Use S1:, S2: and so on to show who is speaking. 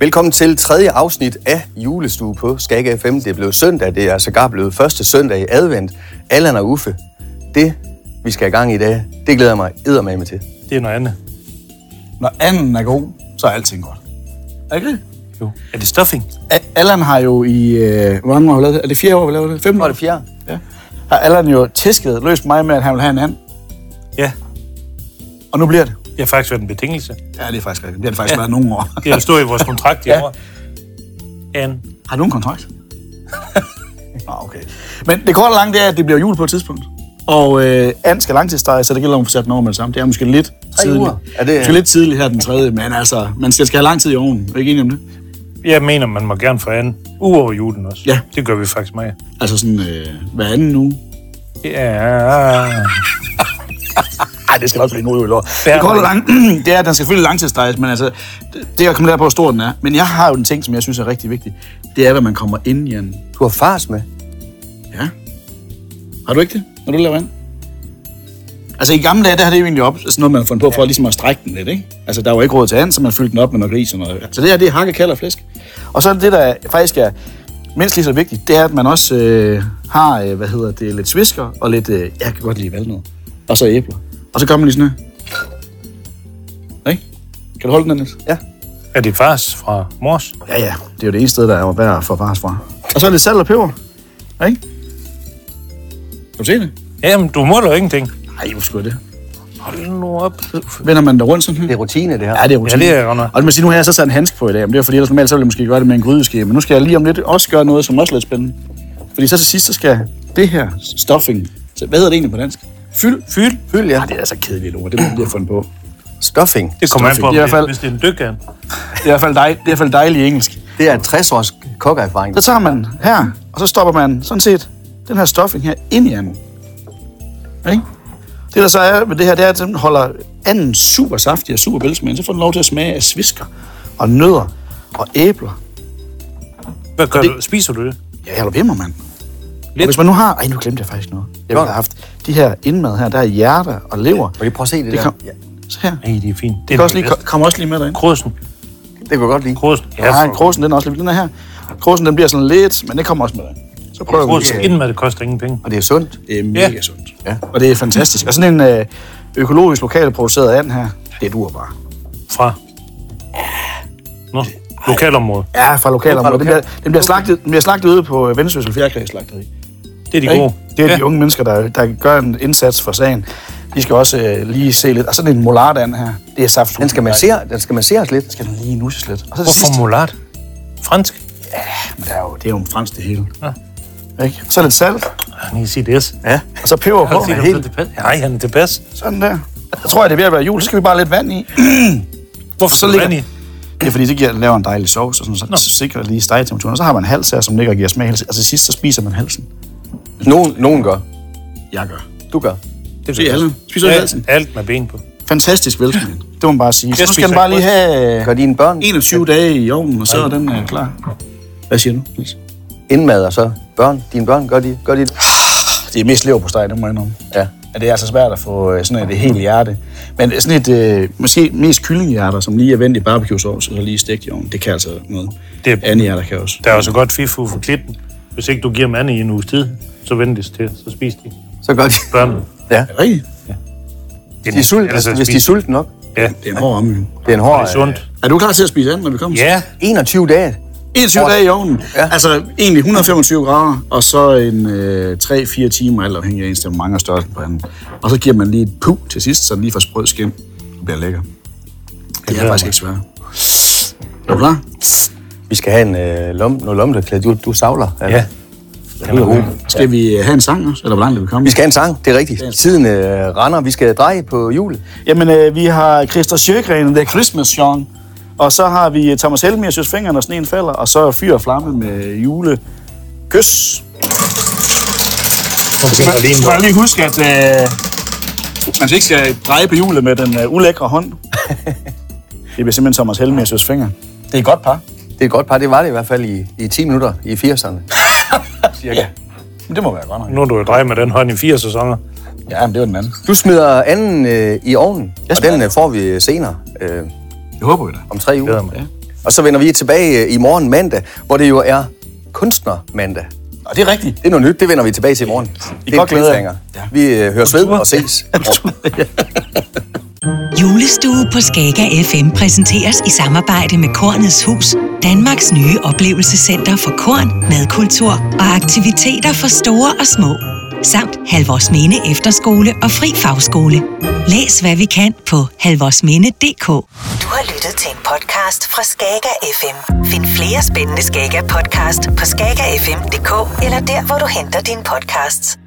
S1: Velkommen til tredje afsnit af Julestue på Skag FM. Det er blevet søndag, det er sågar blevet første søndag i advent. Allan og Uffe, det vi skal i gang i dag, det glæder jeg mig eddermame til.
S2: Det er noget andet.
S3: Når anden er god, så er alting godt. Er det ikke det?
S2: Jo. Er det stuffing?
S3: A- Allan har jo i... Øh, hvor mange år har vi lavet det? Er det fire år, vi lavede det? Fem
S1: Hvor
S3: år?
S1: er det fjerde?
S3: Ja. Har Allan jo tæsket løst mig med, at han vil have en anden.
S2: Ja.
S3: Og nu bliver det.
S2: Det har faktisk været en betingelse.
S3: Ja, det er faktisk rigtigt. Det har det faktisk ja. været nogle år.
S2: Det har stået i vores kontrakt i
S3: Ja.
S2: år. An.
S3: Har du en kontrakt? Nå, okay. Men det korte og lange, det er, at det bliver jul på et tidspunkt. Og øh, Anne skal langtidsstege, så det gælder om at få sat den over med det samme. Det er måske lidt tidligt.
S1: uger. Er det-
S3: Måske lidt tidligt her den tredje, men altså, man skal, skal have lang tid i ovnen. Er I ikke enige om det?
S2: Jeg mener, man må gerne få an. Uover julen også.
S3: Ja.
S2: Det gør vi faktisk meget.
S3: Altså sådan øh, hver anden uge.
S2: Ja.
S3: Nej, det skal nok blive en god år.
S2: Fair
S3: Det korte og
S2: nok.
S3: lange, det er, at den skal selvfølgelig langtidsdrejes, men altså, det- det kan komme der på, hvor stor den er. Men jeg har jo en ting, som jeg synes er rigtig vigtig. Det er, hvad man kommer ind i en.
S1: Du har fars med.
S3: Ja. Har du ikke det, når du laver ind? Altså i gamle dage, der har det jo egentlig op, sådan noget, man har fundet på for ligesom at strække den lidt, ikke? Altså der var ikke råd til andet, så man fyldte den op med noget gris og noget. Så det her, det er hakke, kalder flæsk. Og så er det, der faktisk er mindst lige så vigtigt, det er, at man også øh, har, øh, hvad hedder det, lidt svisker og lidt, øh, jeg kan godt lide valnød. Og så æbler. Og så kommer lige sådan her. Ikke? Kan du holde den, Niels?
S1: Ja.
S2: Er det fars fra mors?
S3: Ja, ja. Det er jo det eneste sted, der er værd at få bars fra. Og så lidt salt og peber. Ikke? Kan du se det?
S2: Jamen, du måler jo ingenting.
S3: Nej, hvor skulle jeg det?
S2: Hold nu op.
S3: Vender man der rundt sådan her?
S1: Det er rutine, det her.
S3: Ja, det er rutine.
S2: Ja, det er godt nok.
S3: Og man siger, nu har jeg så sat en handske på i dag, men det er fordi, ellers normalt så ville jeg måske gøre det med en grydeske. Men nu skal jeg lige om lidt også gøre noget, som også er lidt spændende. Fordi så til sidst, så skal det her stuffing, så hvad hedder det egentlig på dansk? Fyld?
S2: Fyld.
S1: Fyld, ja.
S3: Ja, det er så kedeligt ord, det må jeg lige have fundet på.
S1: Stuffing.
S2: Det kommer an på, om
S3: I hvert
S2: det, er-
S3: fald-
S2: hvis det er en dykker.
S3: Det er i hvert fald, dej, det er i, hvert fald dejligt engelsk.
S1: Det er 60 års kokkeerfaring.
S3: Så tager man her, og så stopper man sådan set den her stuffing her ind i anden. Ikke? Det der så er ved det her, det er, at den holder anden super saftig og super velsmagende. Så får den lov til at smage af svisker og nødder og æbler
S2: Hvad gør
S3: Det-
S2: du? Spiser du det?
S3: Ja, jeg ved mig, mand. Og hvis man nu har... Ej, nu glemte jeg faktisk noget. Jeg ville have haft de her indmad her, der er hjerter og lever.
S1: Må jeg prøve at se det,
S3: Det
S1: der?
S3: kom-
S1: Ja,
S3: Så her.
S2: Nej, det er fint. Det
S3: Det
S2: er
S3: kan også lige,
S2: bedste.
S3: kommer også lige med derind.
S2: Krusen.
S1: det kunne jeg godt lide.
S2: Krusen.
S3: Ja,
S2: for-
S3: kråsen, den er også lige den er her. Kråsen, den bliver sådan lidt, men det kommer også med derind. Så prøver vi.
S2: Krusen. Inden med det koster ingen penge.
S1: Og det er sundt.
S3: Det er mega
S2: Ja.
S3: sundt.
S1: Ja.
S3: Og det er fantastisk. Og sådan en øh, økologisk lokalt produceret and her, det dur bare.
S2: Fra? Nå, lokalområde.
S3: Ja, fra lokalområdet. Den,
S1: lokal-
S3: bliver, den, bliver slagtet, den bliver slagtet ude på øh, Vendsyssel Fjerkræsslagteri.
S2: Det er de
S3: Ikke?
S2: gode.
S3: Det er de
S2: ja.
S3: unge mennesker, der, der gør en indsats for sagen. De skal også øh, lige se lidt. Og sådan en molardan her, det er saft.
S1: Den skal massere, den skal masseres lidt.
S3: Skal den lige nusses lidt. Og så det sidste,
S2: Hvorfor mulat? Fransk?
S3: men der er jo, det er jo fransk det hele.
S2: Ja.
S3: Ikke? Så lidt salt,
S2: Han kan sige det.
S1: Ja.
S3: og så peber på.
S2: Han siger,
S1: helt-
S2: helt... tilpas. Nej, han er tilpas.
S3: Sådan der. Jeg tror, at det er ved at være jul, så skal vi bare lidt vand i.
S2: Hvorfor
S3: Så
S2: så
S3: ligger-
S2: ligger... i?
S3: Det er fordi, det giver, laver en dejlig sovs, og sådan, så, så sikrer lige stegetemperaturen. Og så har man en hals her, som ligger og giver smag. hele tiden. Og til sidst, så spiser man halsen.
S1: Nogen, nogen gør.
S3: Jeg gør.
S1: Du gør.
S2: Det
S3: Se, alle spiser i halsen.
S2: alt, alt med ben på.
S3: Fantastisk velkommen. Det må man bare sige. Så
S2: Jeg
S3: nu skal den
S2: spiser
S3: bare
S2: ikke
S3: lige have...
S1: Gør dine børn
S3: 21 dage i ovnen, og så er den øh, klar. Hvad siger du? Niels?
S1: indmad, og så børn, dine børn, gør de, gør de det?
S3: Det er mest leverpostej, det må jeg indrømme.
S1: Ja.
S3: Ja, det er altså svært at få øh, sådan et helt hjerte. Men sådan et, øh, måske mest kyllinghjerter, som lige er vendt i barbecue-sovs, og så lige stegt i ovnen, det kan altså noget.
S2: Det er-
S3: Andet hjerter kan også.
S2: Der er også godt fifu for klitten. Hvis ikke du giver dem andet i en uges tid, så ventes til, så spiser de.
S1: Så gør de.
S2: Børnene.
S1: Ja.
S3: Er det rigtigt?
S2: Det
S1: De er sultne, altså, hvis de er sultne nok.
S2: Ja,
S3: Det er en hård omgang.
S1: Det er en hård...
S2: det er sundt.
S3: Er du klar til at spise andet, når vi kommer?
S2: Ja,
S1: 21 dage.
S3: 21 dage i ovnen.
S1: Ja.
S3: Ja. Altså egentlig 125 grader, og så en øh, 3-4 timer, alt afhængig af ens temperament og størrelsen på anden. Og så giver man lige et puh til sidst, så den lige får sprød skim. Det bliver lækker. Det er
S2: glæder
S3: faktisk
S2: mig.
S3: ikke svært. Er du klar?
S1: Vi skal have en øh, lomme, noget lommetørklæde. Du, du savler.
S2: ja.
S3: Skal vi øh, have en sang også, eller hvor langt er vi kommet?
S1: Vi skal have en sang, det er rigtigt. Tiden øh, render, vi skal dreje på hjulet.
S3: Jamen, øh, vi har Christer Sjøgren, The Christmas Song. Og så har vi Thomas Helmi, Søs Fingeren og Sneen Falder. Og så Fyr og Flamme med julekys.
S2: Hun tænker lige
S3: Man
S2: en
S3: skal lige huske, at øh, man ikke skal dreje på hjulet med den øh, ulækre hånd. det bliver simpelthen Thomas Helmi og Søs Fingeren. Det er et godt par.
S1: Det er et godt par, det var det i hvert fald i, i 10 minutter i 80'erne. cirka. Ja.
S3: Men det må være godt nok.
S2: Nu er du jo drej med den hånd i fire sæsoner.
S3: Ja, men det var den anden.
S1: Du smider anden øh, i ovnen. Den øh, får vi øh, senere, øh,
S3: Det håber vi da.
S1: om tre uger.
S2: Glæder mig.
S3: Ja.
S1: Og så vender vi tilbage øh, i morgen mandag, hvor det jo er kunstnermandag.
S3: Og det er rigtigt.
S1: Det er noget nyt, det vender vi tilbage til i morgen. Det er en
S3: godt glæde jer.
S1: cliffhanger.
S3: Ja.
S1: Vi øh, høres ved og ses.
S4: Julestue på Skager FM præsenteres i samarbejde med Kornets Hus, Danmarks nye oplevelsescenter for korn, madkultur og aktiviteter for store og små. Samt Halvorsminde Efterskole og Fri Fagskole. Læs hvad vi kan på halvorsminde.dk.
S5: Du har lyttet til en podcast fra Skager FM. Find flere spændende Skager podcast på skagerfm.dk eller der, hvor du henter dine podcasts.